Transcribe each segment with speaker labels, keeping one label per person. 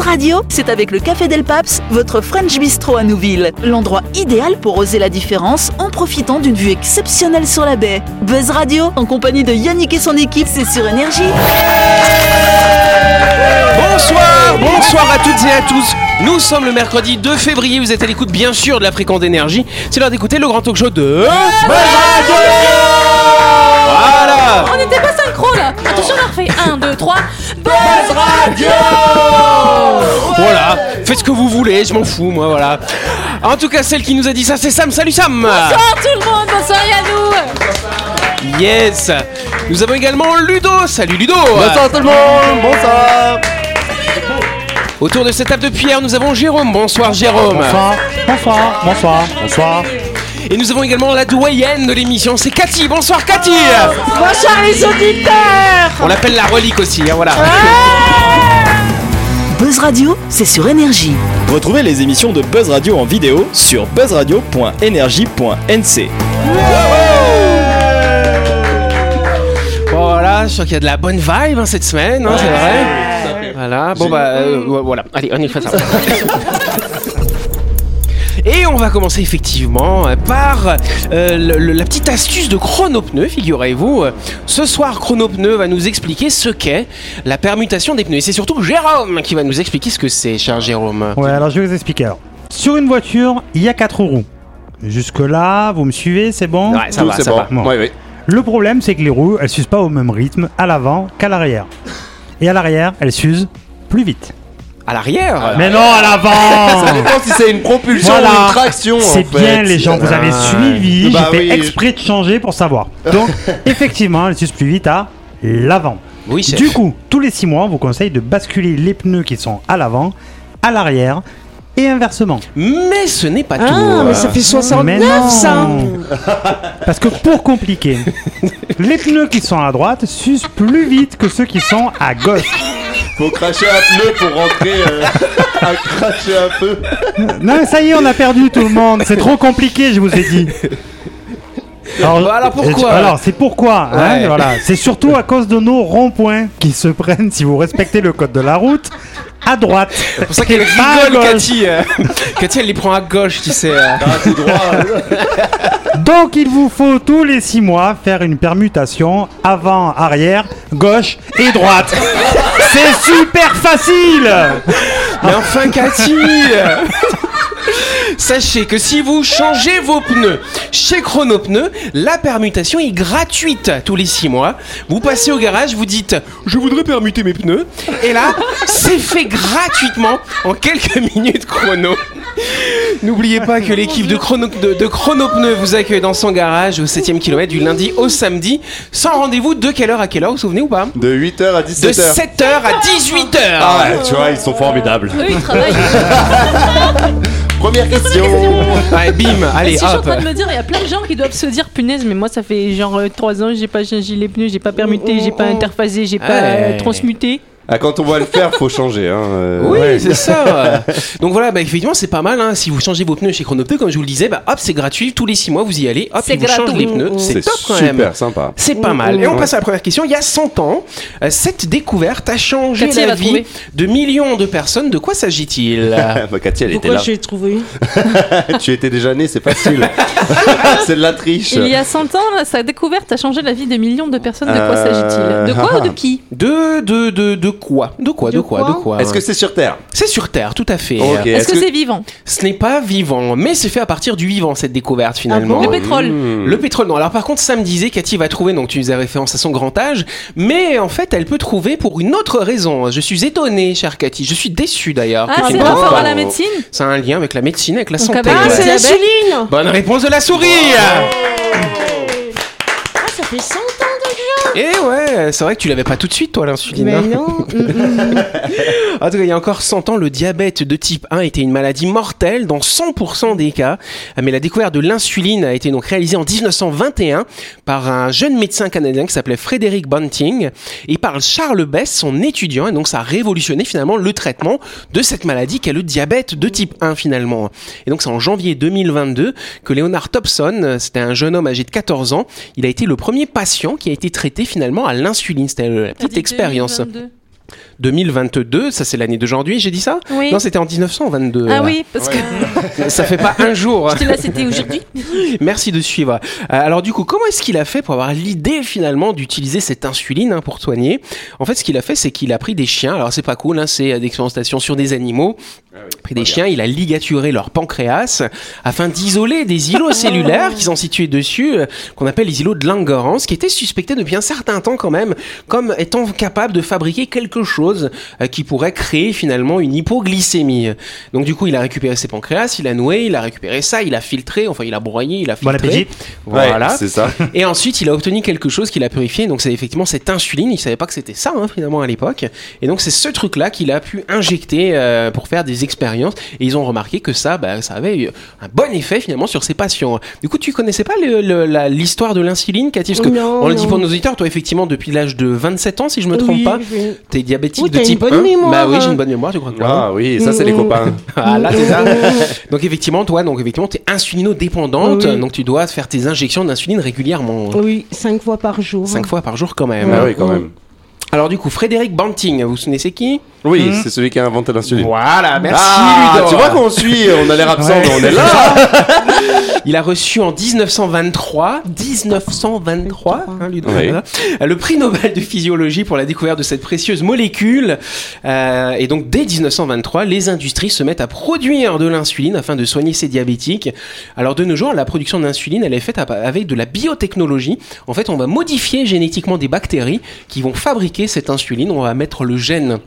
Speaker 1: radio, c'est avec le Café Del Paps, votre French Bistro à Nouville. L'endroit idéal pour oser la différence en profitant d'une vue exceptionnelle sur la baie. Buzz Radio, en compagnie de Yannick et son équipe, c'est sur Énergie.
Speaker 2: Bonsoir, bonsoir à toutes et à tous. Nous sommes le mercredi 2 février, vous êtes à l'écoute bien sûr de la fréquence d'énergie. C'est l'heure d'écouter le grand talk show de... Voilà
Speaker 3: On n'était pas synchro là Attention, on en refait 1, 2, 3.
Speaker 2: Voilà, faites ce que vous voulez, je m'en fous, moi, voilà. En tout cas, celle qui nous a dit ça, c'est Sam. Salut Sam
Speaker 3: Bonsoir tout le monde, bonsoir Yannou
Speaker 2: Yes Nous avons également Ludo. Salut Ludo
Speaker 4: Bonsoir tout le monde, bonsoir.
Speaker 2: Autour de cette table de pierre, nous avons Jérôme. Bonsoir Jérôme.
Speaker 4: Bonsoir, bonsoir, bonsoir, bonsoir.
Speaker 2: Et nous avons également la doyenne de l'émission, c'est Cathy. Bonsoir Cathy
Speaker 3: Oh, Bonsoir les auditeurs
Speaker 2: On l'appelle la relique aussi, hein, voilà.
Speaker 1: Buzz Radio, c'est sur Énergie.
Speaker 5: Retrouvez les émissions de Buzz Radio en vidéo sur buzzradio.energie.nc.
Speaker 2: Voilà, je suis sûr qu'il y a de la bonne vibe hein, cette semaine, hein, c'est vrai. Voilà, bon bah euh, voilà, allez, on y fait ça. Et on va commencer effectivement euh, par euh, le- le- la petite astuce de Chronopneu, figurez-vous. Euh, Ce soir, Chronopneu va nous expliquer ce qu'est la permutation des pneus. Et c'est surtout Jérôme qui va nous expliquer ce que c'est, cher Jérôme.
Speaker 4: Ouais, alors je vais vous expliquer. Alors. Sur une voiture, il y a quatre roues. Jusque-là, vous me suivez, c'est bon
Speaker 2: Ouais, ça va, ça va.
Speaker 4: Bon. Le problème, c'est que les roues, elles s'usent pas au même rythme à l'avant qu'à l'arrière. Et à l'arrière, elles s'usent plus vite.
Speaker 2: À l'arrière
Speaker 4: Mais non, à
Speaker 6: Ça
Speaker 4: l'avant
Speaker 6: dépend Ah, si c'est une propulsion
Speaker 4: Voilà.
Speaker 6: ou une traction. en
Speaker 4: C'est
Speaker 6: fait.
Speaker 4: bien les gens, vous avez suivi,
Speaker 6: Bah
Speaker 4: j'ai fait
Speaker 6: oui.
Speaker 4: exprès de changer pour savoir. Donc effectivement, elles s'usent plus vite à l'avant.
Speaker 2: Oui, chef.
Speaker 4: Du coup, tous les 6 mois, on vous conseille de basculer les pneus qui sont à l'avant, à l'arrière et inversement.
Speaker 2: Mais ce n'est pas
Speaker 7: Ah,
Speaker 2: tout. hein.
Speaker 7: mais ça fait
Speaker 4: Mais
Speaker 7: 69 ça
Speaker 4: non. Parce que pour compliquer, les pneus qui sont à droite s'usent plus vite que ceux qui sont à gauche.
Speaker 6: Faut cracher un pneu pour rentrer. euh, à cracher un peu.
Speaker 4: Non, mais ça y est, on a perdu tout le monde. C'est trop compliqué, je vous ai dit. Alors,
Speaker 2: Voilà Bah, pourquoi.
Speaker 4: Alors, c'est pourquoi. hein,
Speaker 2: Ouais.
Speaker 4: voilà. C'est surtout à cause de nos ronds-points qui se prennent, si vous respectez le code de la route, à droite.
Speaker 2: C'est pour ça qu'elle
Speaker 4: Pas
Speaker 7: Ah,
Speaker 4: à
Speaker 2: rigole,
Speaker 4: gauche.
Speaker 2: Cathy. euh. Cathy, elle les prend à gauche, tu sais. euh.
Speaker 6: Ah, c'est droit.
Speaker 4: Donc, il vous faut tous les six mois faire une permutation avant, arrière, gauche et droite. c'est super facile. Ah.
Speaker 2: Mais enfin, Cathy euh. Sachez que si vous changez vos pneus chez Chronopneus, la permutation est gratuite tous les 6 mois. Vous passez au garage, vous dites Je voudrais permuter mes pneus. Et là, c'est fait gratuitement en quelques minutes chrono. N'oubliez pas que l'équipe de, chrono, de, de Chronopneus vous accueille dans son garage au 7ème kilomètre du lundi au samedi. Sans rendez-vous de quelle heure à quelle heure, vous vous souvenez ou pas
Speaker 6: De 8h à
Speaker 2: De
Speaker 6: 17h.
Speaker 2: 7h à 18h
Speaker 6: Ah ouais, tu vois, ils sont formidables.
Speaker 3: Eux ils travaillent.
Speaker 6: Première question.
Speaker 2: Ouais, bim, allez,
Speaker 3: si je suis en
Speaker 2: hop.
Speaker 3: train de me dire, il y a plein de gens qui doivent se dire punaise, mais moi ça fait genre 3 ans, j'ai pas changé les pneus, j'ai pas permuté, j'ai pas interphasé, j'ai pas
Speaker 2: Ouais.
Speaker 3: euh, transmuté.
Speaker 6: Ah, quand on va le faire, faut changer. Hein. euh,
Speaker 2: Oui, c'est ça. Donc voilà, bah, effectivement, c'est pas mal. hein. Si vous changez vos pneus chez Chronopneu, comme je vous le disais, bah, hop, c'est gratuit. Tous les 6 mois, vous y allez. Hop,
Speaker 3: C'est
Speaker 2: ils vous changent
Speaker 3: gratuit. Mm,
Speaker 2: les pneus. C'est
Speaker 6: C'est
Speaker 2: top quand
Speaker 6: super
Speaker 2: même.
Speaker 6: sympa.
Speaker 2: C'est pas mal. Et on passe à la première question. Il y a 100 ans, euh, cette découverte a changé
Speaker 3: Cathy, elle
Speaker 2: la
Speaker 3: va
Speaker 2: vie
Speaker 3: trouver.
Speaker 2: de millions de personnes. De quoi s'agit-il
Speaker 6: Ah, bah, Cathy, elle
Speaker 7: Pourquoi
Speaker 6: était
Speaker 7: j'ai trouvé
Speaker 6: là. tu étais déjà née, c'est facile. c'est de la triche.
Speaker 3: Il y a 100 ans, là, sa découverte a changé la vie de millions de personnes. De quoi
Speaker 6: Euh,
Speaker 3: s'agit-il De quoi ou de qui
Speaker 2: de, de, de, de quoi De quoi De
Speaker 3: De
Speaker 2: quoi
Speaker 3: quoi
Speaker 2: De quoi
Speaker 6: Ah, Est-ce que c'est sur Terre
Speaker 2: c'est sur Terre, tout à fait.
Speaker 6: Ok,
Speaker 3: Est-ce que c'est vivant
Speaker 2: Ce n'est pas vivant, mais c'est fait à partir du vivant, cette découverte finalement.
Speaker 3: Le pétrole
Speaker 6: Hmm.
Speaker 2: Le pétrole, non. Alors par contre, ça me disait, Cathy va trouver, donc tu faisais référence à son grand âge, mais en fait, elle peut trouver pour une autre raison. Je suis étonné, chère Cathy. Je suis déçu d'ailleurs.
Speaker 3: Ah,
Speaker 2: que tu
Speaker 3: c'est
Speaker 2: ne trouves
Speaker 3: rapport
Speaker 2: pas.
Speaker 3: à la médecine
Speaker 2: Ça a un lien avec la médecine, avec la
Speaker 3: Donc,
Speaker 2: santé.
Speaker 3: avec
Speaker 2: ouais.
Speaker 7: Ah, c'est la
Speaker 3: Diabète.
Speaker 7: Céline
Speaker 2: Bonne réponse de la souris
Speaker 7: Ah, ça fait 100 ans
Speaker 2: Et Eh ouais, c'est vrai que tu l'avais pas tout de suite, toi, l'insuline.
Speaker 7: Mais
Speaker 2: hein.
Speaker 7: non mm, mm.
Speaker 2: En tout cas, il y a encore 100 ans, le diabète de type 1 était une maladie mortelle dans 100% des cas. Mais la découverte de l'insuline a été donc réalisée en 1921 par un jeune médecin canadien qui s'appelait Frédéric Bunting et par Charles Bess, son étudiant. Et donc, ça a révolutionné finalement le traitement de cette maladie qu'est le diabète de type 1 finalement. Et donc, c'est en janvier 2022 que Leonard Thompson, euh, c'était un jeune homme âgé de 14 ans, il a été le premier patient qui a été traité finalement à l'insuline. C'était euh, la petite expérience.
Speaker 3: 2022.
Speaker 2: 2022. Ça, c'est l'année d'aujourd'hui, j'ai dit ça
Speaker 3: Oui.
Speaker 2: Non, c'était en 1922.
Speaker 3: Ah
Speaker 2: là.
Speaker 3: oui, parce que
Speaker 2: Ça fait pas un jour.
Speaker 3: là, c'était aujourd'hui.
Speaker 2: Merci de suivre. Euh, Alors du coup, comment est-ce qu'il a fait pour avoir l'idée finalement d'utiliser cette insuline hein, pour soigner En fait, ce qu'il a fait, c'est qu'il a pris des chiens. Alors c'est pas cool, hein, c'est euh, d'expérimentation sur des animaux. Pris des chiens, il a ligaturé leur pancréas afin d'isoler des îlots cellulaires qui sont situés dessus, euh, qu'on appelle les îlots de Langerhans, qui étaient suspectés depuis un certain temps quand même, comme étant capables de fabriquer quelque chose euh, qui pourrait créer finalement une hypoglycémie. Donc du coup, il a récupéré ses pancréas, il a noué, il a récupéré ça, il a filtré, enfin il a broyé, il a
Speaker 4: Bon
Speaker 2: filtré.
Speaker 4: appétit.
Speaker 2: Voilà.
Speaker 6: C'est ça.
Speaker 2: Et ensuite, il a obtenu quelque chose qu'il a purifié. Donc, c'est effectivement cette insuline. Il savait pas que c'était ça, hein, finalement, à l'époque. Et donc, c'est ce truc-là qu'il a pu injecter euh, pour faire des expériences. Et ils ont remarqué que ça, bah, ça avait eu un bon effet, finalement, sur ses patients. Du coup, tu connaissais pas le- le- la- l'histoire de l'insuline, Cathy Parce que,
Speaker 7: Non,
Speaker 2: on le dit
Speaker 7: non.
Speaker 2: pour nos auditeurs, toi, effectivement, depuis l'âge de 27 ans, si je me trompe
Speaker 7: Oui,
Speaker 2: pas,
Speaker 7: oui.
Speaker 2: t'es diabétique
Speaker 7: Oui,
Speaker 2: de
Speaker 7: t'as
Speaker 2: type
Speaker 7: une bonne
Speaker 2: 1.
Speaker 7: mémoire,
Speaker 2: bah oui, j'ai
Speaker 7: hein.
Speaker 2: une bonne mémoire, je crois que
Speaker 6: Ah oui, ça c'est les
Speaker 7: Mm.
Speaker 6: copains.
Speaker 2: ah là, c'est ça. Donc effectivement, toi, donc effectivement, t'es insulinodépendante,
Speaker 7: Oui.
Speaker 2: donc tu dois faire tes injections d'insuline régulièrement.
Speaker 7: Oui, cinq fois par jour.
Speaker 2: Cinq fois par jour quand même.
Speaker 6: Ah oui, quand même.
Speaker 2: Alors du coup, Frédéric Banting, vous vous souvenez c'est qui
Speaker 6: Oui, c'est celui qui a inventé l'insuline.
Speaker 2: Voilà,
Speaker 6: ah, tu vois qu'on suit, on a l'air absent, mais on est là.
Speaker 2: Il a reçu en 1923, 1923, hein, Ludo,
Speaker 6: Oui.
Speaker 2: voilà, le prix Nobel de physiologie pour la découverte de cette précieuse molécule. Euh, et donc dès 1923, les industries se mettent à produire de l'insuline afin de soigner ces diabétiques. Alors de nos jours, la production d'insuline, elle est faite à- avec de la biotechnologie. En fait, on va modifier génétiquement des bactéries qui vont fabriquer cette insuline. On va mettre le gène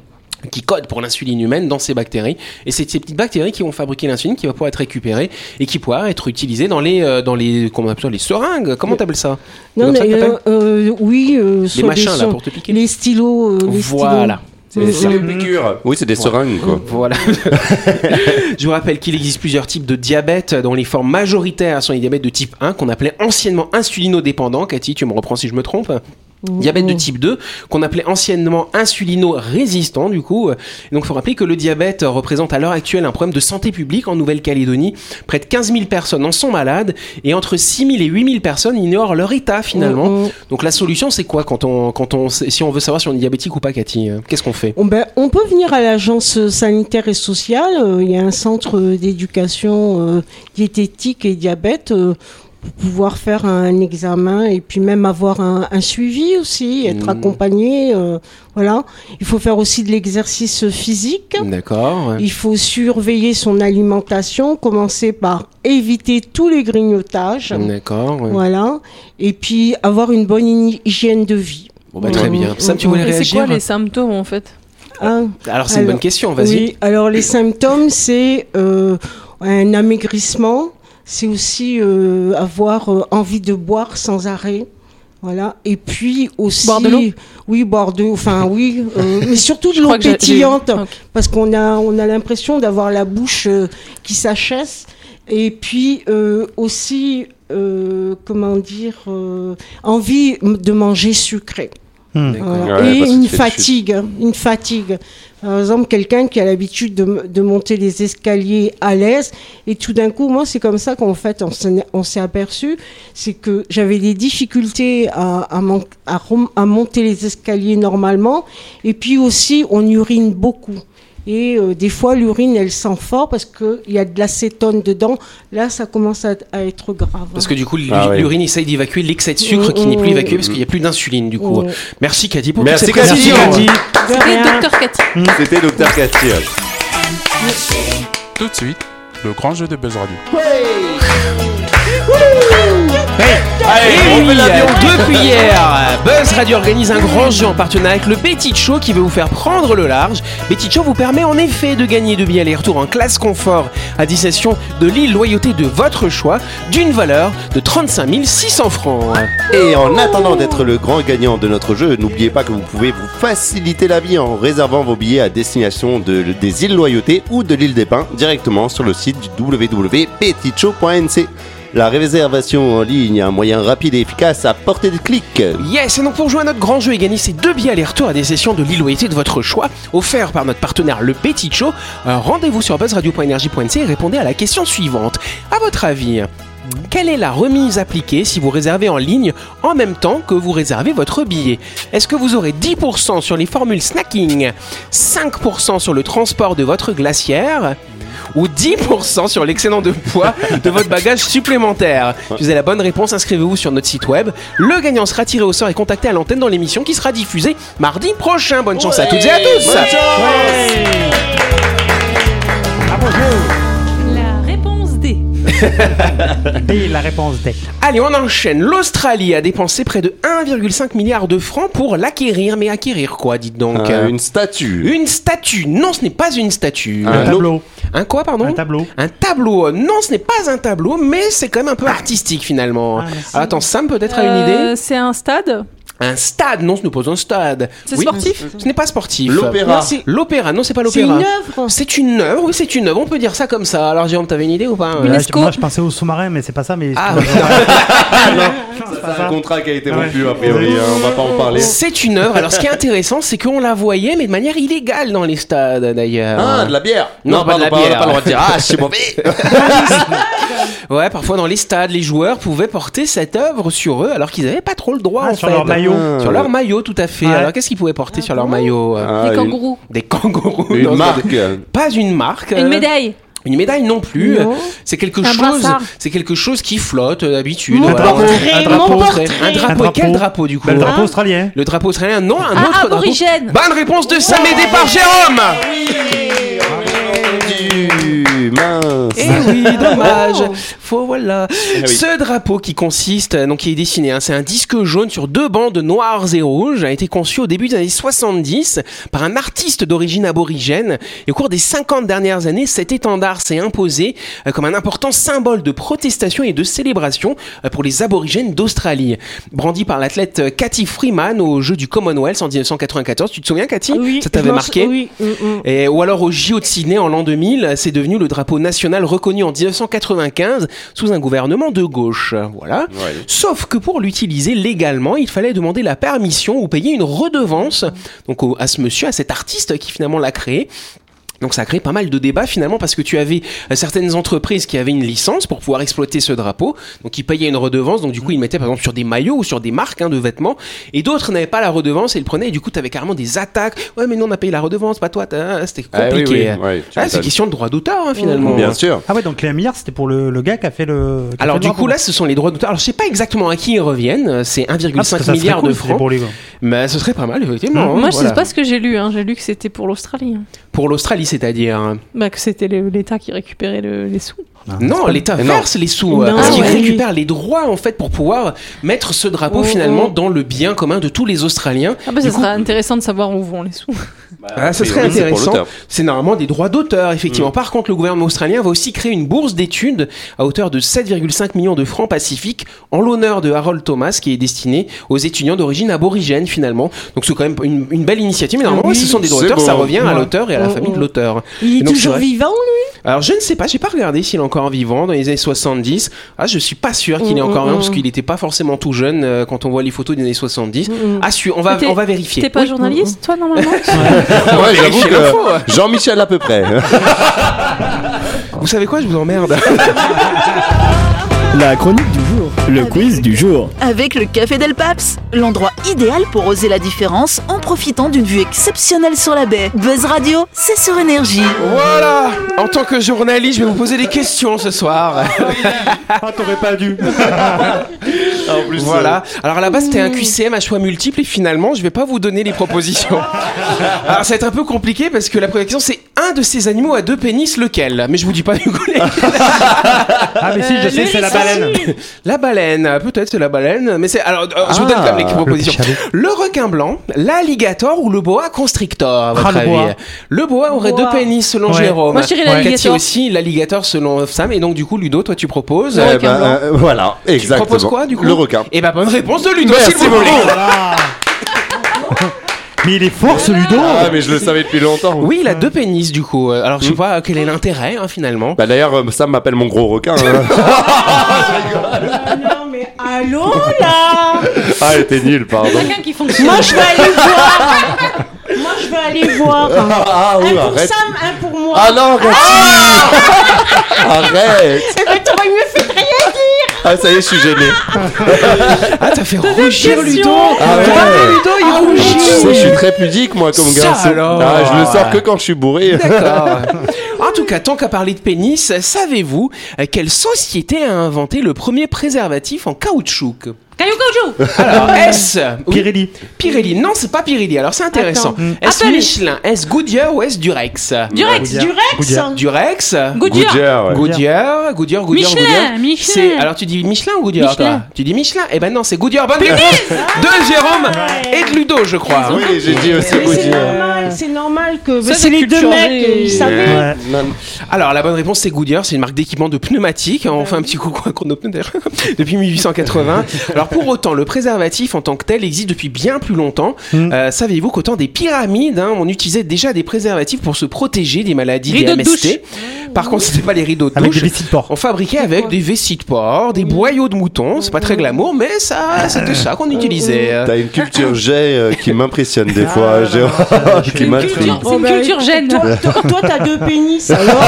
Speaker 2: qui code pour l'insuline humaine dans ces bactéries. Et c'est ces petites bactéries qui vont fabriquer l'insuline qui va pouvoir être récupérée et qui pourra être utilisée dans les, euh, dans les, comment on appelle ça, les seringues. Comment t'appelles ça C'est
Speaker 7: Non,
Speaker 2: comme ça
Speaker 7: mais
Speaker 2: que
Speaker 7: euh,
Speaker 2: t'appelles
Speaker 7: euh, oui, euh,
Speaker 2: Les
Speaker 7: sur
Speaker 2: machins là
Speaker 7: sur-
Speaker 2: pour te piquer.
Speaker 7: Les stylos. euh, les stylos.
Speaker 2: Voilà.
Speaker 7: Mm,
Speaker 6: C'est
Speaker 7: mm.
Speaker 6: les piqûres. Oui, c'est des seringues, quoi.
Speaker 2: Voilà. Je vous rappelle qu'il existe plusieurs types de diabète dont les formes majoritaires sont les diabètes de type 1 qu'on appelait anciennement insulinodépendants. Cathy, tu me reprends si je me trompe. Diabète de type 2 qu'on appelait anciennement insulino-résistant du coup. Et Donc il faut rappeler que le diabète représente à l'heure actuelle un problème de santé publique en Nouvelle-Calédonie. Près de 15 000 personnes en sont malades et entre 6 000 et 8 000 personnes ignorent leur état finalement.
Speaker 7: Mm, mm.
Speaker 2: Donc la solution c'est quoi quand on, quand on, si on veut savoir si on est diabétique ou pas Cathy euh, Qu'est-ce qu'on fait
Speaker 7: Oh ben, on peut venir à l'agence euh, sanitaire et sociale. euh, Il y a un centre euh, d'éducation euh, diététique et diabète euh, pour pouvoir faire un examen et puis même avoir un, un suivi aussi, être
Speaker 2: Mm.
Speaker 7: accompagné. euh, voilà. Il faut faire aussi de l'exercice physique.
Speaker 2: D'accord. ouais.
Speaker 7: Il faut surveiller son alimentation, commencer par éviter tous les grignotages.
Speaker 2: D'accord. ouais.
Speaker 7: Voilà. Et puis avoir une bonne hy- hygiène de vie.
Speaker 2: Bon, bah, très
Speaker 7: Mm,
Speaker 2: bien.
Speaker 7: mm,
Speaker 2: Sam,
Speaker 7: mm,
Speaker 2: tu voulais
Speaker 3: Et c'est
Speaker 2: réagir
Speaker 3: quoi les symptômes en fait
Speaker 7: Hein.
Speaker 2: Alors, c'est une bonne
Speaker 7: Alors,
Speaker 2: question, vas-y.
Speaker 7: Oui, alors les symptômes, c'est euh, un amaigrissement, c'est aussi euh, avoir euh, envie de boire sans arrêt. Voilà. Et puis aussi.
Speaker 3: Boire de l'eau
Speaker 7: Oui, boire de Enfin, oui. euh, mais surtout de
Speaker 3: Je
Speaker 7: l'eau
Speaker 3: crois que j'ai-
Speaker 7: pétillante.
Speaker 3: j'ai- ok.
Speaker 7: Parce qu'on a, on a l'impression d'avoir la bouche euh, qui s'achèsse. Et puis euh, aussi, euh, comment dire, euh, envie de manger sucré.
Speaker 4: Hmm.
Speaker 7: Voilà.
Speaker 6: Ouais, parce
Speaker 7: et
Speaker 6: que
Speaker 7: une
Speaker 6: tu fais des chutes.
Speaker 7: fatigue, hein, une fatigue. Par exemple, quelqu'un qui a l'habitude de, de monter les escaliers à l'aise, et tout d'un coup, moi, c'est comme ça qu'en fait, on s'en- on s'est aperçu, c'est que j'avais des difficultés à, à, mon- à rom- à monter les escaliers normalement, et puis aussi, on urine beaucoup. Et euh, des fois, l'urine, elle sent fort parce qu'il y a de l'acétone dedans. Là, ça commence à, à être grave.
Speaker 2: Parce que du coup, l'u-
Speaker 6: Ah ouais.
Speaker 2: l'urine essaye d'évacuer l'excès de sucre
Speaker 7: Mm,
Speaker 2: qui n'est plus
Speaker 7: mm,
Speaker 2: évacué
Speaker 6: mm.
Speaker 2: parce qu'il n'y a plus d'insuline, du coup.
Speaker 7: Mm.
Speaker 2: Merci, Cathy, pour
Speaker 6: Merci,
Speaker 2: toutes ces
Speaker 6: Cathy.
Speaker 2: précisions.
Speaker 6: Merci, Cathy.
Speaker 3: C'était Docteur Cathy.
Speaker 6: C'était Docteur Cathy.
Speaker 8: Tout de suite, le grand jeu de Buzz Radio.
Speaker 2: Et oui, depuis hier, Buzz Radio organise un grand jeu en partenariat avec le Petit Show qui veut vous faire prendre le large. Petit Show vous permet en effet de gagner deux billets aller-retour en classe confort à destination de l'île loyauté de votre choix d'une valeur de 35 600 francs.
Speaker 9: Et en attendant d'être le grand gagnant de notre jeu, n'oubliez pas que vous pouvez vous faciliter la vie en réservant vos billets à destination de- des îles Loyauté ou de l'île des Pins directement sur le site du www.petitshow.nc. La réservation en ligne est un moyen rapide et efficace à portée de clic.
Speaker 2: Yes, et donc pour jouer à notre grand jeu et gagner ces deux billets aller-retour à des sessions de l'île de votre choix, offerts par notre partenaire Le Petit Show, euh, rendez-vous sur buzzradio.energie.nc et répondez à la question suivante. À votre avis, Quelle est la remise appliquée si vous réservez en ligne en même temps que vous réservez votre billet Est-ce que vous aurez 10% sur les formules snacking, 5% sur le transport de votre glacière ou 10% sur l'excédent de poids de votre bagage supplémentaire. Si vous avez la bonne réponse, inscrivez-vous sur notre site web. Le gagnant sera tiré au sort et contacté à l'antenne dans l'émission qui sera diffusée mardi prochain. Bonne chance à toutes et à tous
Speaker 3: La réponse D.
Speaker 4: Et la réponse D.
Speaker 2: Allez, on enchaîne. L'Australie a dépensé près de 1,5 milliard de francs pour l'acquérir. Mais acquérir quoi, dites donc
Speaker 9: Euh, une statue.
Speaker 2: Une statue. Non, ce n'est pas une statue.
Speaker 9: Un
Speaker 4: Un
Speaker 9: autre-
Speaker 4: tableau.
Speaker 2: Un quoi, pardon
Speaker 4: Un tableau.
Speaker 2: Un tableau. Non, ce n'est pas un tableau, mais c'est quand même un peu artistique finalement.
Speaker 4: Ah, merci.
Speaker 2: Alors, attends, Sam peut-être a
Speaker 3: Euh,
Speaker 2: une idée
Speaker 3: C'est un stade
Speaker 2: Un stade. Non, ce n'est pas un stade.
Speaker 3: C'est
Speaker 2: Oui.
Speaker 3: sportif
Speaker 2: Ce n'est pas sportif.
Speaker 9: L'opéra.
Speaker 7: Non, c'est-
Speaker 2: L'opéra. Non, c'est pas
Speaker 7: C'est une
Speaker 2: l'opéra.
Speaker 7: œuvre.
Speaker 2: C'est une œuvre, oui, c'est une œuvre, on peut dire ça comme ça. Alors, Jérôme, t'avais une idée ou pas
Speaker 4: Euh, Là,
Speaker 3: UNESCO.
Speaker 4: je- moi, je pensais au sous-marin, mais c'est pas ça. Mais
Speaker 2: Ah,
Speaker 4: Non, c'est pas
Speaker 9: C'est un
Speaker 4: ça. Ah
Speaker 9: contrat qui a été
Speaker 4: Ouais.
Speaker 9: rompu, a priori. hein, On va pas en parler.
Speaker 2: C'est une œuvre. Alors, ce qui est intéressant, c'est qu'on la voyait, mais de manière illégale dans les stades, d'ailleurs.
Speaker 9: Ah, de la bière.
Speaker 2: Non, pas de la
Speaker 9: pardon, on a
Speaker 2: bière.
Speaker 9: pas le droit de dire. Ah, c'est mauvais.
Speaker 2: Ouais, parfois dans les stades, les joueurs pouvaient porter cette œuvre sur eux, alors qu'ils n'avaient pas trop le droit.
Speaker 4: Ah,
Speaker 2: en
Speaker 4: sur
Speaker 2: fait.
Speaker 4: leur maillot.
Speaker 2: Sur leur maillot, tout à fait.
Speaker 4: Ouais.
Speaker 2: Alors, qu'est-ce qu'ils pouvaient porter sur leur maillot euh,
Speaker 9: Ah,
Speaker 3: Des
Speaker 9: une-
Speaker 3: kangourous.
Speaker 2: Des kangourous.
Speaker 9: Une
Speaker 2: non,
Speaker 9: marque.
Speaker 2: Pas une marque. euh,
Speaker 3: Une médaille
Speaker 2: Une médaille non plus.
Speaker 7: Non.
Speaker 2: C'est quelque
Speaker 3: Un
Speaker 2: chose.
Speaker 3: brassard.
Speaker 2: C'est quelque chose qui flotte euh, d'habitude.
Speaker 7: Mon
Speaker 2: Voilà.
Speaker 7: portrait,
Speaker 2: Un drapeau.
Speaker 7: mon
Speaker 2: australien.
Speaker 7: portrait.
Speaker 2: Un drapeau.
Speaker 4: Un drapeau.
Speaker 2: Quel drapeau du coup
Speaker 4: Bah, le
Speaker 2: hein
Speaker 4: drapeau australien.
Speaker 2: Le drapeau australien. Non, un
Speaker 3: Ah,
Speaker 2: autre drapeau.
Speaker 3: aborigène.
Speaker 2: Bonne réponse de Sam aidé par Jérôme.
Speaker 9: Du mince.
Speaker 2: Eh oui, dommage. Faut voilà.
Speaker 9: Eh oui.
Speaker 2: Ce drapeau qui consiste, euh, donc qui est dessiné, hein, c'est un disque jaune sur deux bandes noires et rouges, a été conçu au début des années 70 par un artiste d'origine aborigène. Et au cours des 50 dernières années, cet étendard s'est imposé euh, comme un important symbole de protestation et de célébration euh, pour les aborigènes d'Australie. Brandi par l'athlète euh, Cathy Freeman aux Jeux du Commonwealth en 1994. Tu te souviens, Cathy Ça t'avait
Speaker 7: je m'en
Speaker 2: marqué
Speaker 7: sou- Oui. mm, mm.
Speaker 2: et, euh, ou alors au JO de Sydney en l'an 2000, c'est devenu le drapeau national reconnu en 1995 sous un gouvernement de gauche. Voilà.
Speaker 9: Ouais.
Speaker 2: Sauf que pour l'utiliser légalement, il fallait demander la permission ou payer une redevance donc au- à ce monsieur, à cet artiste qui finalement l'a créé. Donc ça a créé pas mal de débats finalement parce que tu avais euh, certaines entreprises qui avaient une licence pour pouvoir exploiter ce drapeau, donc ils payaient une redevance, donc du coup ils mettaient par exemple sur des maillots ou sur des marques hein, de vêtements, et d'autres n'avaient pas la redevance et ils le prenaient et du coup tu avais carrément des attaques, ouais mais non on a payé la redevance, pas toi, t'as- c'était
Speaker 9: Ah, oui,
Speaker 2: compliqué.
Speaker 9: oui, ouais, tu
Speaker 2: Ah, c'est
Speaker 9: m'étonnes.
Speaker 2: question de droit d'auteur hein, finalement.
Speaker 9: Bien sûr.
Speaker 4: Ah ouais, donc les 1 milliard, c'était pour le, le gars qui a fait le. qui a
Speaker 2: Alors
Speaker 4: fait le
Speaker 2: du
Speaker 4: drapeau.
Speaker 2: coup là ce sont les droits d'auteur, alors je sais pas exactement à qui ils reviennent, euh, c'est
Speaker 4: Ah, parce que ça
Speaker 2: 1,5
Speaker 4: serait
Speaker 2: milliard
Speaker 4: cool,
Speaker 2: de
Speaker 4: c'était
Speaker 2: francs,
Speaker 4: Pour les gars.
Speaker 2: mais ce serait pas mal effectivement. hein,
Speaker 3: Moi, je
Speaker 2: voilà.
Speaker 3: sais pas ce que j'ai lu. hein. J'ai lu que c'était pour l'Australie. hein.
Speaker 2: Pour l'Australie c'est-à-dire. hein.
Speaker 3: Bah, que c'était le- l'État qui récupérait le- les sous.
Speaker 2: Ah, Non, l'État
Speaker 9: Non.
Speaker 2: verse les sous
Speaker 7: Non.
Speaker 2: euh, parce
Speaker 7: Ah
Speaker 2: qu'il
Speaker 7: ouais.
Speaker 2: récupère les droits en fait pour pouvoir mettre ce drapeau
Speaker 7: Oh,
Speaker 2: finalement
Speaker 7: oh.
Speaker 2: dans le bien commun de tous les Australiens.
Speaker 3: Ah, bah, ça
Speaker 2: Du coup-
Speaker 3: serait intéressant de savoir où vont les sous.
Speaker 2: Ah, ça
Speaker 9: Oui,
Speaker 2: serait
Speaker 9: oui, c'est pour Mm.
Speaker 2: intéressant.
Speaker 9: l'auteur.
Speaker 2: C'est normalement des droits d'auteur, effectivement. Par contre, le gouvernement australien va aussi créer une bourse d'études à hauteur de 7,5 millions de francs pacifiques en l'honneur de Harold Thomas, qui est destiné aux étudiants d'origine aborigène, finalement. Donc, c'est quand même une, une belle initiative. Mais normalement,
Speaker 7: Ah oui,
Speaker 2: ce sont des droits
Speaker 9: c'est
Speaker 2: d'auteur, ça
Speaker 9: bon.
Speaker 2: revient à
Speaker 7: Ouais.
Speaker 2: l'auteur et à la
Speaker 7: Oh,
Speaker 2: famille de
Speaker 7: oh.
Speaker 2: l'auteur.
Speaker 7: Il
Speaker 2: Et
Speaker 7: est
Speaker 2: donc,
Speaker 7: toujours
Speaker 2: c'est vrai-
Speaker 7: vivant, lui
Speaker 2: Alors, je ne sais pas, j'ai pas regardé s'il est encore vivant dans les années 70. Ah, je suis pas sûr qu'il est
Speaker 7: Mm,
Speaker 2: encore
Speaker 7: mm,
Speaker 2: vivant
Speaker 7: mm.
Speaker 2: parce qu'il n'était pas forcément tout jeune euh, quand on voit les photos des années 70.
Speaker 7: Mm, mm.
Speaker 2: Ah, su- on va,
Speaker 3: T'es-
Speaker 2: on va
Speaker 3: T'es
Speaker 2: vérifier.
Speaker 3: pas journaliste, toi, normalement
Speaker 9: Ouais, j'avoue
Speaker 2: Vérifier l'info, ouais.
Speaker 9: que Jean-Michel à peu près.
Speaker 2: Vous savez quoi, je vous emmerde.
Speaker 5: La chronique du jour. Le quiz du jour.
Speaker 1: Avec le Café Del Paps, l'endroit idéal pour oser la différence en profitant d'une vue exceptionnelle sur la baie. Buzz Radio, c'est sur énergie.
Speaker 2: voilà. En tant que journaliste, je vais vous poser des questions ce soir.
Speaker 4: Ah, t'aurais pas dû.
Speaker 9: En plus, euh,
Speaker 2: Voilà. Alors à la base, c'était
Speaker 7: Mm.
Speaker 2: un QCM à choix multiple et finalement, je vais pas vous donner les propositions. Alors ça va être un peu compliqué parce que la première question, c'est un de ces animaux à deux pénis, lequel Mais je vous dis pas du coup. les-
Speaker 4: Ah, mais si,
Speaker 2: Euh,
Speaker 3: Euh,
Speaker 4: je sais, c'est la baleine.
Speaker 2: La baleine, peut-être c'est la baleine, mais c'est alors euh, je vous
Speaker 9: Ah,
Speaker 2: donne quand même les propositions.
Speaker 4: petit chalet.
Speaker 2: Le, requin blanc, l'alligator ou le boa constrictor à votre
Speaker 4: Ah, le
Speaker 2: avis
Speaker 4: boa.
Speaker 2: Le boa aurait
Speaker 3: Boa.
Speaker 2: deux pénis selon
Speaker 4: Ouais.
Speaker 2: Jérôme.
Speaker 3: Moi, je dirais l'alligator.
Speaker 2: Cathy aussi l'alligator selon Sam et donc du coup Ludo, toi tu proposes
Speaker 9: Eh
Speaker 2: Euh,
Speaker 9: ben, euh, voilà,
Speaker 2: tu
Speaker 9: exactement.
Speaker 2: proposes quoi du coup
Speaker 9: Le requin.
Speaker 2: Et ben bonne réponse de Ludo
Speaker 9: Merci
Speaker 2: s'il vous plaît.
Speaker 3: Oh
Speaker 9: beaucoup.
Speaker 4: Voilà. mais il est fort, ce Ludo.
Speaker 9: Ah,
Speaker 3: bah,
Speaker 9: mais je le savais depuis longtemps.
Speaker 2: Oui, il a deux pénis du coup. Euh,
Speaker 9: Mm.
Speaker 2: Alors je sais pas euh, quel est l'intérêt hein, finalement.
Speaker 9: Bah d'ailleurs, euh, Sam m'appelle mon gros requin. hein.
Speaker 7: Non, mais allons là
Speaker 9: ah, elle était nulle, pardon.
Speaker 3: Quelqu'un qui fonctionne.
Speaker 7: Moi, je vais aller voir Moi, je vais aller voir
Speaker 9: Ah
Speaker 7: Un
Speaker 9: oui,
Speaker 7: pour
Speaker 9: arrête.
Speaker 7: Sam, un pour moi
Speaker 9: Ah non, Cathy Arrête
Speaker 7: Eh ben, t'aurais mieux fait de rien dire
Speaker 9: Ah, ça y est, je suis gêné.
Speaker 2: Ah, t'as fait rougir
Speaker 3: question.
Speaker 2: Ludo
Speaker 9: Ah ouais.
Speaker 2: Bravo, Ludo, il rougit
Speaker 9: Tu sais, je suis très pudique, moi, comme
Speaker 2: Ça
Speaker 9: garçon.
Speaker 2: alors.
Speaker 9: Ah, je le sors que quand je suis bourré.
Speaker 2: D'accord. En tout cas, tant qu'à parler de pénis, savez-vous euh, quelle société a inventé le premier préservatif en caoutchouc
Speaker 3: Caillou Caoutchouc
Speaker 2: Alors, S. oui,
Speaker 4: Pirelli.
Speaker 2: Pirelli. Non, c'est pas Pirelli. Alors, c'est intéressant.
Speaker 3: Attends.
Speaker 2: Est-ce
Speaker 3: Apple.
Speaker 2: Michelin Est-ce Goodyear ou est-ce Durex
Speaker 3: Durex
Speaker 4: Goodyear. Goodyear.
Speaker 3: Durex
Speaker 2: Durex
Speaker 3: Goodyear
Speaker 2: Goodyear,
Speaker 9: ouais.
Speaker 2: Goodyear, Goodyear, Goodyear.
Speaker 3: Michelin
Speaker 2: C'est,
Speaker 3: Michelin
Speaker 2: alors tu dis Michelin ou Goodyear
Speaker 3: Michelin.
Speaker 2: toi Tu dis Michelin Eh ben non, c'est Goodyear. Bonne réponse de Jérôme et de Ludo, je crois. hein.
Speaker 9: Oui, j'ai dit aussi
Speaker 7: Mais C'est
Speaker 9: Goodyear.
Speaker 7: normal, c'est normal que.
Speaker 3: Ça,
Speaker 7: C'est
Speaker 3: c'est
Speaker 7: les deux
Speaker 3: culturel.
Speaker 7: mecs, ils savaient.
Speaker 4: Ouais.
Speaker 2: Alors la bonne réponse c'est Goodyear, c'est une marque d'équipement de pneumatiques. On fait un petit coucou à Chronopneu d'ailleurs depuis 1880. Alors pour autant, le préservatif en tant que tel existe depuis bien plus longtemps.
Speaker 4: Mm.
Speaker 2: Euh, Savez-vous qu'au temps des pyramides, hein, on utilisait déjà des préservatifs pour se protéger des maladies
Speaker 3: Rideaux de
Speaker 2: des
Speaker 3: douche.
Speaker 2: MST. Par contre, c'était pas les rideaux de
Speaker 4: Avec des
Speaker 2: douche.
Speaker 4: vestiges de porc.
Speaker 2: On fabriquait avec des vessies de porc, des boyaux de mouton, c'est pas très glamour, mais ça, c'était ça qu'on utilisait.
Speaker 9: T'as une culture jet euh, qui m'impressionne des fois, Jérôme. qui
Speaker 3: Une
Speaker 9: m'intrigue.
Speaker 2: Oh,
Speaker 3: culture- C'est
Speaker 2: bah,
Speaker 3: une culture gêne.
Speaker 7: Toi, toi- toi, t'as deux pénis. Alors,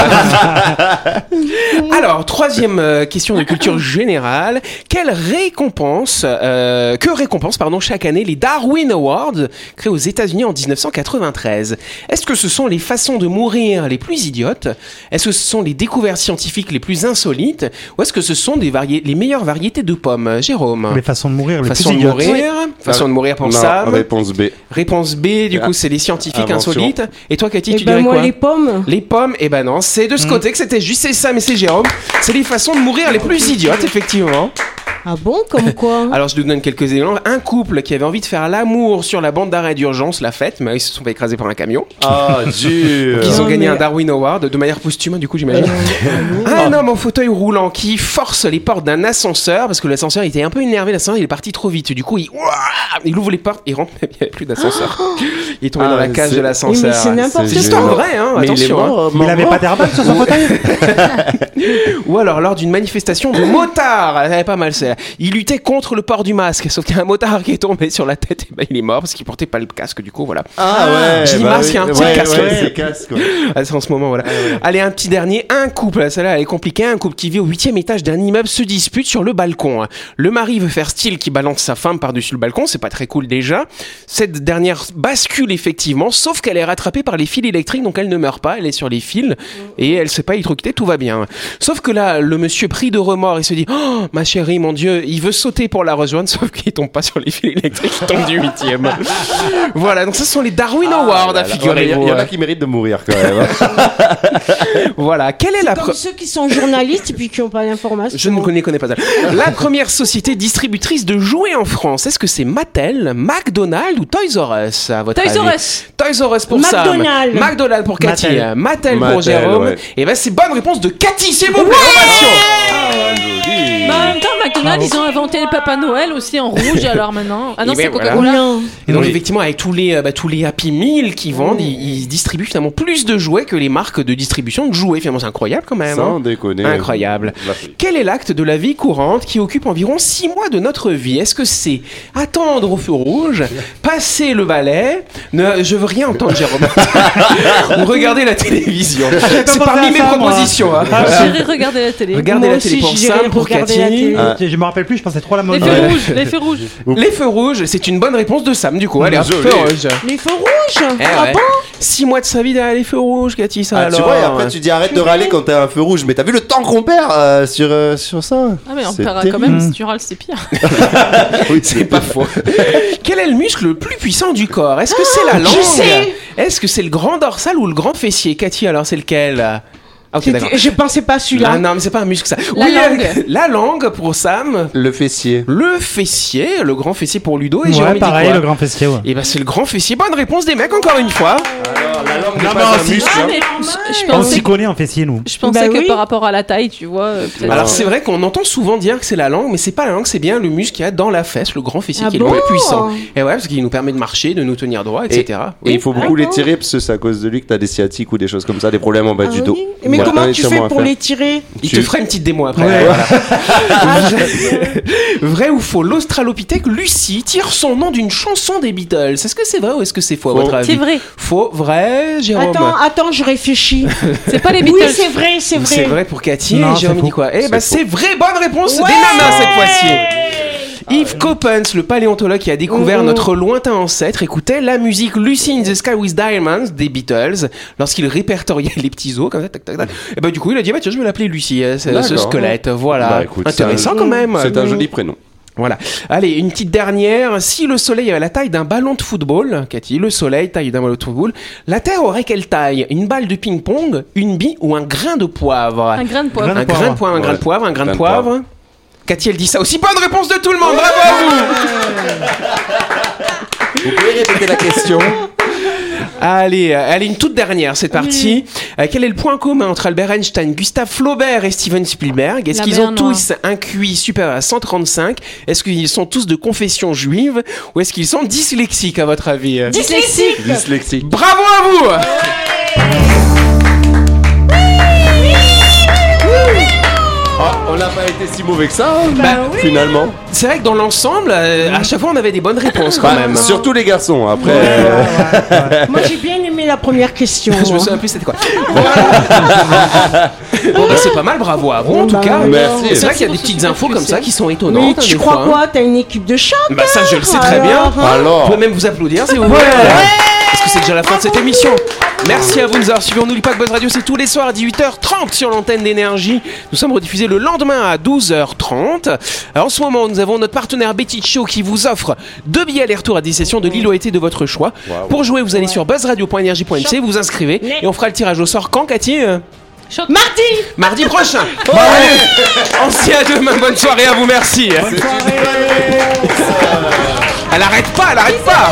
Speaker 7: Mmh.
Speaker 2: Alors, troisième euh, question de culture générale. Quelle récompense, euh, que récompense, pardon, chaque année les Darwin Awards créés aux États-Unis en 1993 Est-ce que ce sont les façons de mourir les plus idiotes Est-ce que ce sont les découvertes scientifiques les plus insolites Ou est-ce que ce sont des varié- les meilleures variétés de pommes Euh, Jérôme
Speaker 4: Les façons de mourir, euh, les
Speaker 2: Façon
Speaker 4: plus
Speaker 2: de
Speaker 4: idiotes.
Speaker 2: mourir, façon de mourir pour
Speaker 9: Non,
Speaker 2: Sam.
Speaker 9: réponse B.
Speaker 2: Réponse B, du
Speaker 9: Ah.
Speaker 2: coup, c'est les scientifiques
Speaker 9: Invention.
Speaker 2: insolites. Et toi, Cathy,
Speaker 7: eh
Speaker 2: tu
Speaker 7: ben,
Speaker 2: dirais
Speaker 7: moi,
Speaker 2: quoi
Speaker 7: les pommes.
Speaker 2: les pommes, et ben non, c'est de ce côté que c'était juste, c'est ça, mais c'est Jérôme. C'est les façons de mourir les plus idiotes, effectivement.
Speaker 7: Ah bon, comme quoi
Speaker 2: Alors je vous donne quelques éléments. Un couple qui avait envie de faire l'amour sur la bande d'arrêt d'urgence l'a fête, mais ils se sont fait écraser par un camion.
Speaker 9: Ah, dur.
Speaker 2: Ils ont
Speaker 7: Non,
Speaker 2: gagné
Speaker 7: mais-
Speaker 2: un Darwin Award de manière posthume, du coup, j'imagine. Un homme en fauteuil roulant qui force les portes d'un ascenseur parce que l'ascenseur était un peu énervé, l'ascenseur il est parti trop vite. Du coup, il, Ouah il ouvre les portes, il rentre, mais il n'y avait plus d'ascenseur. Il est tombé
Speaker 9: Ah,
Speaker 2: dans la
Speaker 9: mais
Speaker 2: cage
Speaker 9: c'est-
Speaker 2: de
Speaker 7: Oui,
Speaker 2: l'ascenseur. Ah,
Speaker 7: mais c'est n'importe
Speaker 9: c'est
Speaker 2: C'est une
Speaker 7: quoi.
Speaker 2: histoire vraie, hein,
Speaker 9: Mais il est
Speaker 2: attention. hein.
Speaker 9: mort,
Speaker 4: Il
Speaker 9: mort,
Speaker 4: avait
Speaker 9: mort.
Speaker 4: pas d'airbag sur son fauteuil
Speaker 2: Ou alors lors d'une manifestation de motards, elle avait pas mal celle Il luttait contre le port du masque, sauf qu'il y a un motard qui est tombé sur la tête, et ben il est mort parce qu'il portait pas le casque, du coup voilà.
Speaker 9: Ah ouais.
Speaker 2: J'ai dit masque,
Speaker 9: oui.
Speaker 2: hein, c'est
Speaker 9: ouais,
Speaker 2: casque.
Speaker 9: ouais, c'est casque. ouais.
Speaker 2: Ah, c'est en ce moment voilà. Allez un petit dernier, un couple, celle-là elle est compliquée, un couple qui vit au huitième étage d'un immeuble se dispute sur le balcon. Le mari veut faire style qui balance sa femme par-dessus le balcon, c'est pas très cool déjà. Cette dernière bascule effectivement, sauf qu'elle est rattrapée par les fils électriques, donc elle ne meurt pas, elle est sur les fils et elle s'est pas électrocutée, tout va bien. Sauf que là, le monsieur pris de remords, il se dit Oh, ma chérie, mon Dieu, il veut sauter pour la rejoindre, sauf qu'il tombe pas sur les fils électriques, il tombe du huitième. voilà, donc ce sont les Darwin Awards à
Speaker 9: Voilà. Ouais, mais Il y,
Speaker 2: figurez-vous.
Speaker 9: il y en a qui méritent de mourir quand même. hein.
Speaker 2: Voilà, quelle est la
Speaker 7: Comme
Speaker 2: pre-
Speaker 7: ceux qui sont journalistes et puis qui n'ont pas d'informations.
Speaker 2: Je ne connais, connais pas ça. La première société distributrice de jouets en France, est-ce que c'est Mattel, McDonald's ou Toys R Us à votre
Speaker 3: Toys R
Speaker 2: avis
Speaker 3: Us
Speaker 2: Toys R Us pour
Speaker 7: McDonald's.
Speaker 2: Sam, McDonald's pour Cathy, Mattel,
Speaker 4: Mattel.
Speaker 2: pour
Speaker 9: Mattel,
Speaker 2: Jérôme.
Speaker 9: ouais.
Speaker 2: Et ben c'est bonne réponse de Cathy, s'il vous plaît. ovation.
Speaker 9: Ah,
Speaker 3: Bah, en même temps, McDonald's, ils ont inventé le Papa Noël aussi en rouge, alors maintenant. Ah non,
Speaker 2: Eh
Speaker 3: c'est
Speaker 2: ben, voilà.
Speaker 3: Coca-Cola.
Speaker 2: Et donc
Speaker 4: Oui.
Speaker 2: effectivement avec tous les euh, bah, tous les Happy Meal qui vendent, ils, ils distribuent finalement plus de jouets que les marques de distribution de jouets. Finalement c'est incroyable quand même. hein.
Speaker 9: Sans déconner.
Speaker 2: Incroyable.
Speaker 9: euh, La-
Speaker 2: Quel est l'acte de la vie courante qui occupe environ 6 mois de notre vie Est-ce que c'est attendre au feu rouge, passer le balai, ne, je veux rien entendre Jérôme, ou regarder la télévision C'est
Speaker 4: pensé à
Speaker 2: parmi mes
Speaker 4: ça, moi.
Speaker 2: propositions. hein.
Speaker 3: J'irai regarder la télé.
Speaker 2: Regardez la
Speaker 7: aussi,
Speaker 2: télé pour
Speaker 7: j'irais
Speaker 2: Sam, pour
Speaker 7: regarder la
Speaker 2: Cathy.
Speaker 7: télé.
Speaker 9: Ah.
Speaker 4: Je me rappelle plus, je pensais trop à la
Speaker 3: Les
Speaker 4: mode.
Speaker 3: feux rouges, les feux rouges.
Speaker 2: Les feux rouges, c'est une bonne réponse de Sam du coup. Allez, hop,
Speaker 9: Joli.
Speaker 2: feu rouge.
Speaker 7: Les feux rouges
Speaker 2: Eh
Speaker 7: Ah
Speaker 2: ouais.
Speaker 7: bon
Speaker 2: Six mois de sa vie derrière les feux rouges, Cathy, ça
Speaker 9: Ah,
Speaker 2: alors.
Speaker 9: tu vois, et après tu dis arrête de râler quand t'as un feu rouge, mais t'as vu le temps qu'on perd euh, sur, euh, sur ça
Speaker 3: Ah, mais on
Speaker 9: C'est
Speaker 3: perd quand
Speaker 9: terrible.
Speaker 3: même, si tu râles, c'est pire.
Speaker 9: Oui, c'est pas faux.
Speaker 2: Quel est le muscle le plus puissant du corps Est-ce que c'est la langue Est-ce que c'est le grand dorsal ou le grand fessier Cathy, alors c'est lequel Ah, ok, d'accord.
Speaker 7: C'était- Je pensais pas à
Speaker 2: Ah
Speaker 7: celui-là.
Speaker 2: non, mais c'est pas un muscle ça.
Speaker 3: La
Speaker 2: oui,
Speaker 3: langue.
Speaker 2: La, la langue pour Sam,
Speaker 9: Le fessier.
Speaker 2: le fessier, le grand fessier pour Ludo et Jérôme.
Speaker 4: Ouais, pareil, le grand fessier. ouais.
Speaker 2: Et bah c'est le grand fessier. Bonne réponse des mecs encore une fois.
Speaker 9: Alors, la langue n'est
Speaker 4: Non,
Speaker 9: pas
Speaker 4: mais
Speaker 9: un
Speaker 4: aussi-
Speaker 9: muscle,
Speaker 3: Ah,
Speaker 9: hein.
Speaker 3: mais je
Speaker 4: On
Speaker 3: pensais,
Speaker 4: s'y connaît en fessier, nous.
Speaker 3: je pensais
Speaker 7: Bah
Speaker 3: que
Speaker 7: oui.
Speaker 3: par rapport à la taille, tu vois. euh, peut-être-
Speaker 2: Alors c'est vrai qu'on entend souvent dire que c'est la langue, mais c'est pas la langue, c'est bien le muscle qu'il y a dans la fesse, le grand fessier
Speaker 7: Ah
Speaker 2: qui est
Speaker 7: bon
Speaker 2: le plus puissant. Et ouais, parce qu'il nous permet de marcher, de nous tenir droit, etc.
Speaker 9: Et il faut beaucoup l'étirer parce que c'est à cause de lui que t'as des sciatiques ou des choses comme ça, des problèmes en bas
Speaker 7: Ah
Speaker 9: du
Speaker 7: oui.
Speaker 9: dos.
Speaker 7: Mais
Speaker 9: voilà,
Speaker 7: Comment
Speaker 9: un
Speaker 7: tu
Speaker 9: étirement
Speaker 7: fais
Speaker 9: à
Speaker 7: pour
Speaker 9: faire.
Speaker 7: les tirer
Speaker 2: Il
Speaker 9: Tu-
Speaker 2: te fera une petite démo après. Vrai- vrai ou faux, l'australopithèque Lucie tire son nom d'une chanson des Beatles. Est-ce que c'est vrai ou est-ce que c'est faux à
Speaker 9: Faux.
Speaker 2: votre avis
Speaker 3: C'est vrai,
Speaker 2: Faux, vrai, Jérôme
Speaker 7: Attends, attends, je réfléchis.
Speaker 3: c'est pas les
Speaker 7: oui,
Speaker 3: Beatles.
Speaker 7: c'est vrai, c'est vrai.
Speaker 2: C'est vrai pour Cathy
Speaker 4: Non,
Speaker 2: et Jérôme
Speaker 4: c'est
Speaker 2: dit
Speaker 4: faux.
Speaker 2: quoi Eh ben
Speaker 9: C'est
Speaker 2: c'est vrai, bonne réponse des nanas cette fois-ci. Ah, Yves Coppens, le paléontologue qui a découvert
Speaker 7: Oh.
Speaker 2: notre lointain ancêtre, écoutait la musique Lucy in the Sky with Diamonds des Beatles lorsqu'il répertoriait les petits os comme ça, tac, tac, tac. Et ben du coup il a dit bah tiens je vais l'appeler Lucy, euh, ce, ce
Speaker 9: D'accord.
Speaker 2: squelette, voilà.
Speaker 9: Bah, écoute, c'est
Speaker 2: Intéressant
Speaker 9: un-
Speaker 2: quand même.
Speaker 9: C'est un joli prénom.
Speaker 2: Voilà. Allez, une petite dernière. Si le Soleil avait la taille d'un ballon de football, Cathy, le Soleil taille d'un ballon de football, la Terre aurait quelle taille Une balle de ping-pong, une bille ou un grain de poivre
Speaker 3: Un grain de poivre.
Speaker 2: un grain de poivre, un grain de poivre, un grain de
Speaker 9: Ouais.
Speaker 2: poivre. Cathy, elle dit ça aussi. Bonne réponse de tout le monde. Bravo à vous.
Speaker 9: Vous pouvez répéter la question
Speaker 2: Allez, euh, allez, une toute dernière cette partie. Euh, quel est le point commun entre Albert Einstein, Gustave Flaubert et Steven Spielberg Est-ce
Speaker 3: La
Speaker 2: qu'ils ont
Speaker 3: Bernois.
Speaker 2: tous un QI supérieur à 135 Est-ce qu'ils sont tous de confession juive Ou est-ce qu'ils sont dyslexiques à votre avis
Speaker 7: Dyslexique.
Speaker 9: Dyslexique.
Speaker 2: Bravo à vous
Speaker 9: Ah, on n'a pas été si mauvais que ça, hein, finalement.
Speaker 2: Bah, C'est vrai que dans l'ensemble, euh, à chaque fois, on avait des bonnes réponses quand
Speaker 9: Bah,
Speaker 2: même.
Speaker 9: Surtout les garçons, après. euh,
Speaker 7: Moi, j'ai bien aimé la première question. hein.
Speaker 2: Je me souviens plus c'était quoi. Voilà. bon bah c'est pas mal, bravo à vous en tout
Speaker 7: Bah,
Speaker 2: cas.
Speaker 7: ouais.
Speaker 9: Merci.
Speaker 2: C'est vrai qu'il y a des
Speaker 3: Merci pour
Speaker 2: petites
Speaker 3: ce
Speaker 2: infos
Speaker 3: que
Speaker 2: comme
Speaker 3: tu
Speaker 2: ça
Speaker 3: sais.
Speaker 2: qui sont étonnantes.
Speaker 7: Mais
Speaker 2: hein,
Speaker 7: tu
Speaker 2: des
Speaker 7: crois
Speaker 2: fois, hein.
Speaker 7: quoi T'as une équipe de chat
Speaker 2: Bah ça je le sais très bien.
Speaker 7: Alors, hein.
Speaker 2: Vous
Speaker 9: Alors,
Speaker 2: pouvez même vous applaudir si vous voulez. Parce que c'est déjà la fin de cette émission. Merci à vous de nous avoir suivis. On n'oublie pas que Buzz Radio, c'est tous les soirs à 18h30 sur l'antenne d'énergie. Nous sommes rediffusés le lendemain à 12h30. Alors, en ce moment, nous avons notre partenaire Betty Show qui vous offre deux billets aller-retour à des sessions de Lilo été de votre choix. Pour jouer, vous allez sur buzzradio.energie.nc, vous vous inscrivez et on fera le tirage au sort quand, Cathy euh
Speaker 7: Mardi
Speaker 2: Mardi prochain. Bon, allez, on se dit à demain. Bonne soirée à vous. Merci. Elle arrête pas, elle arrête pas.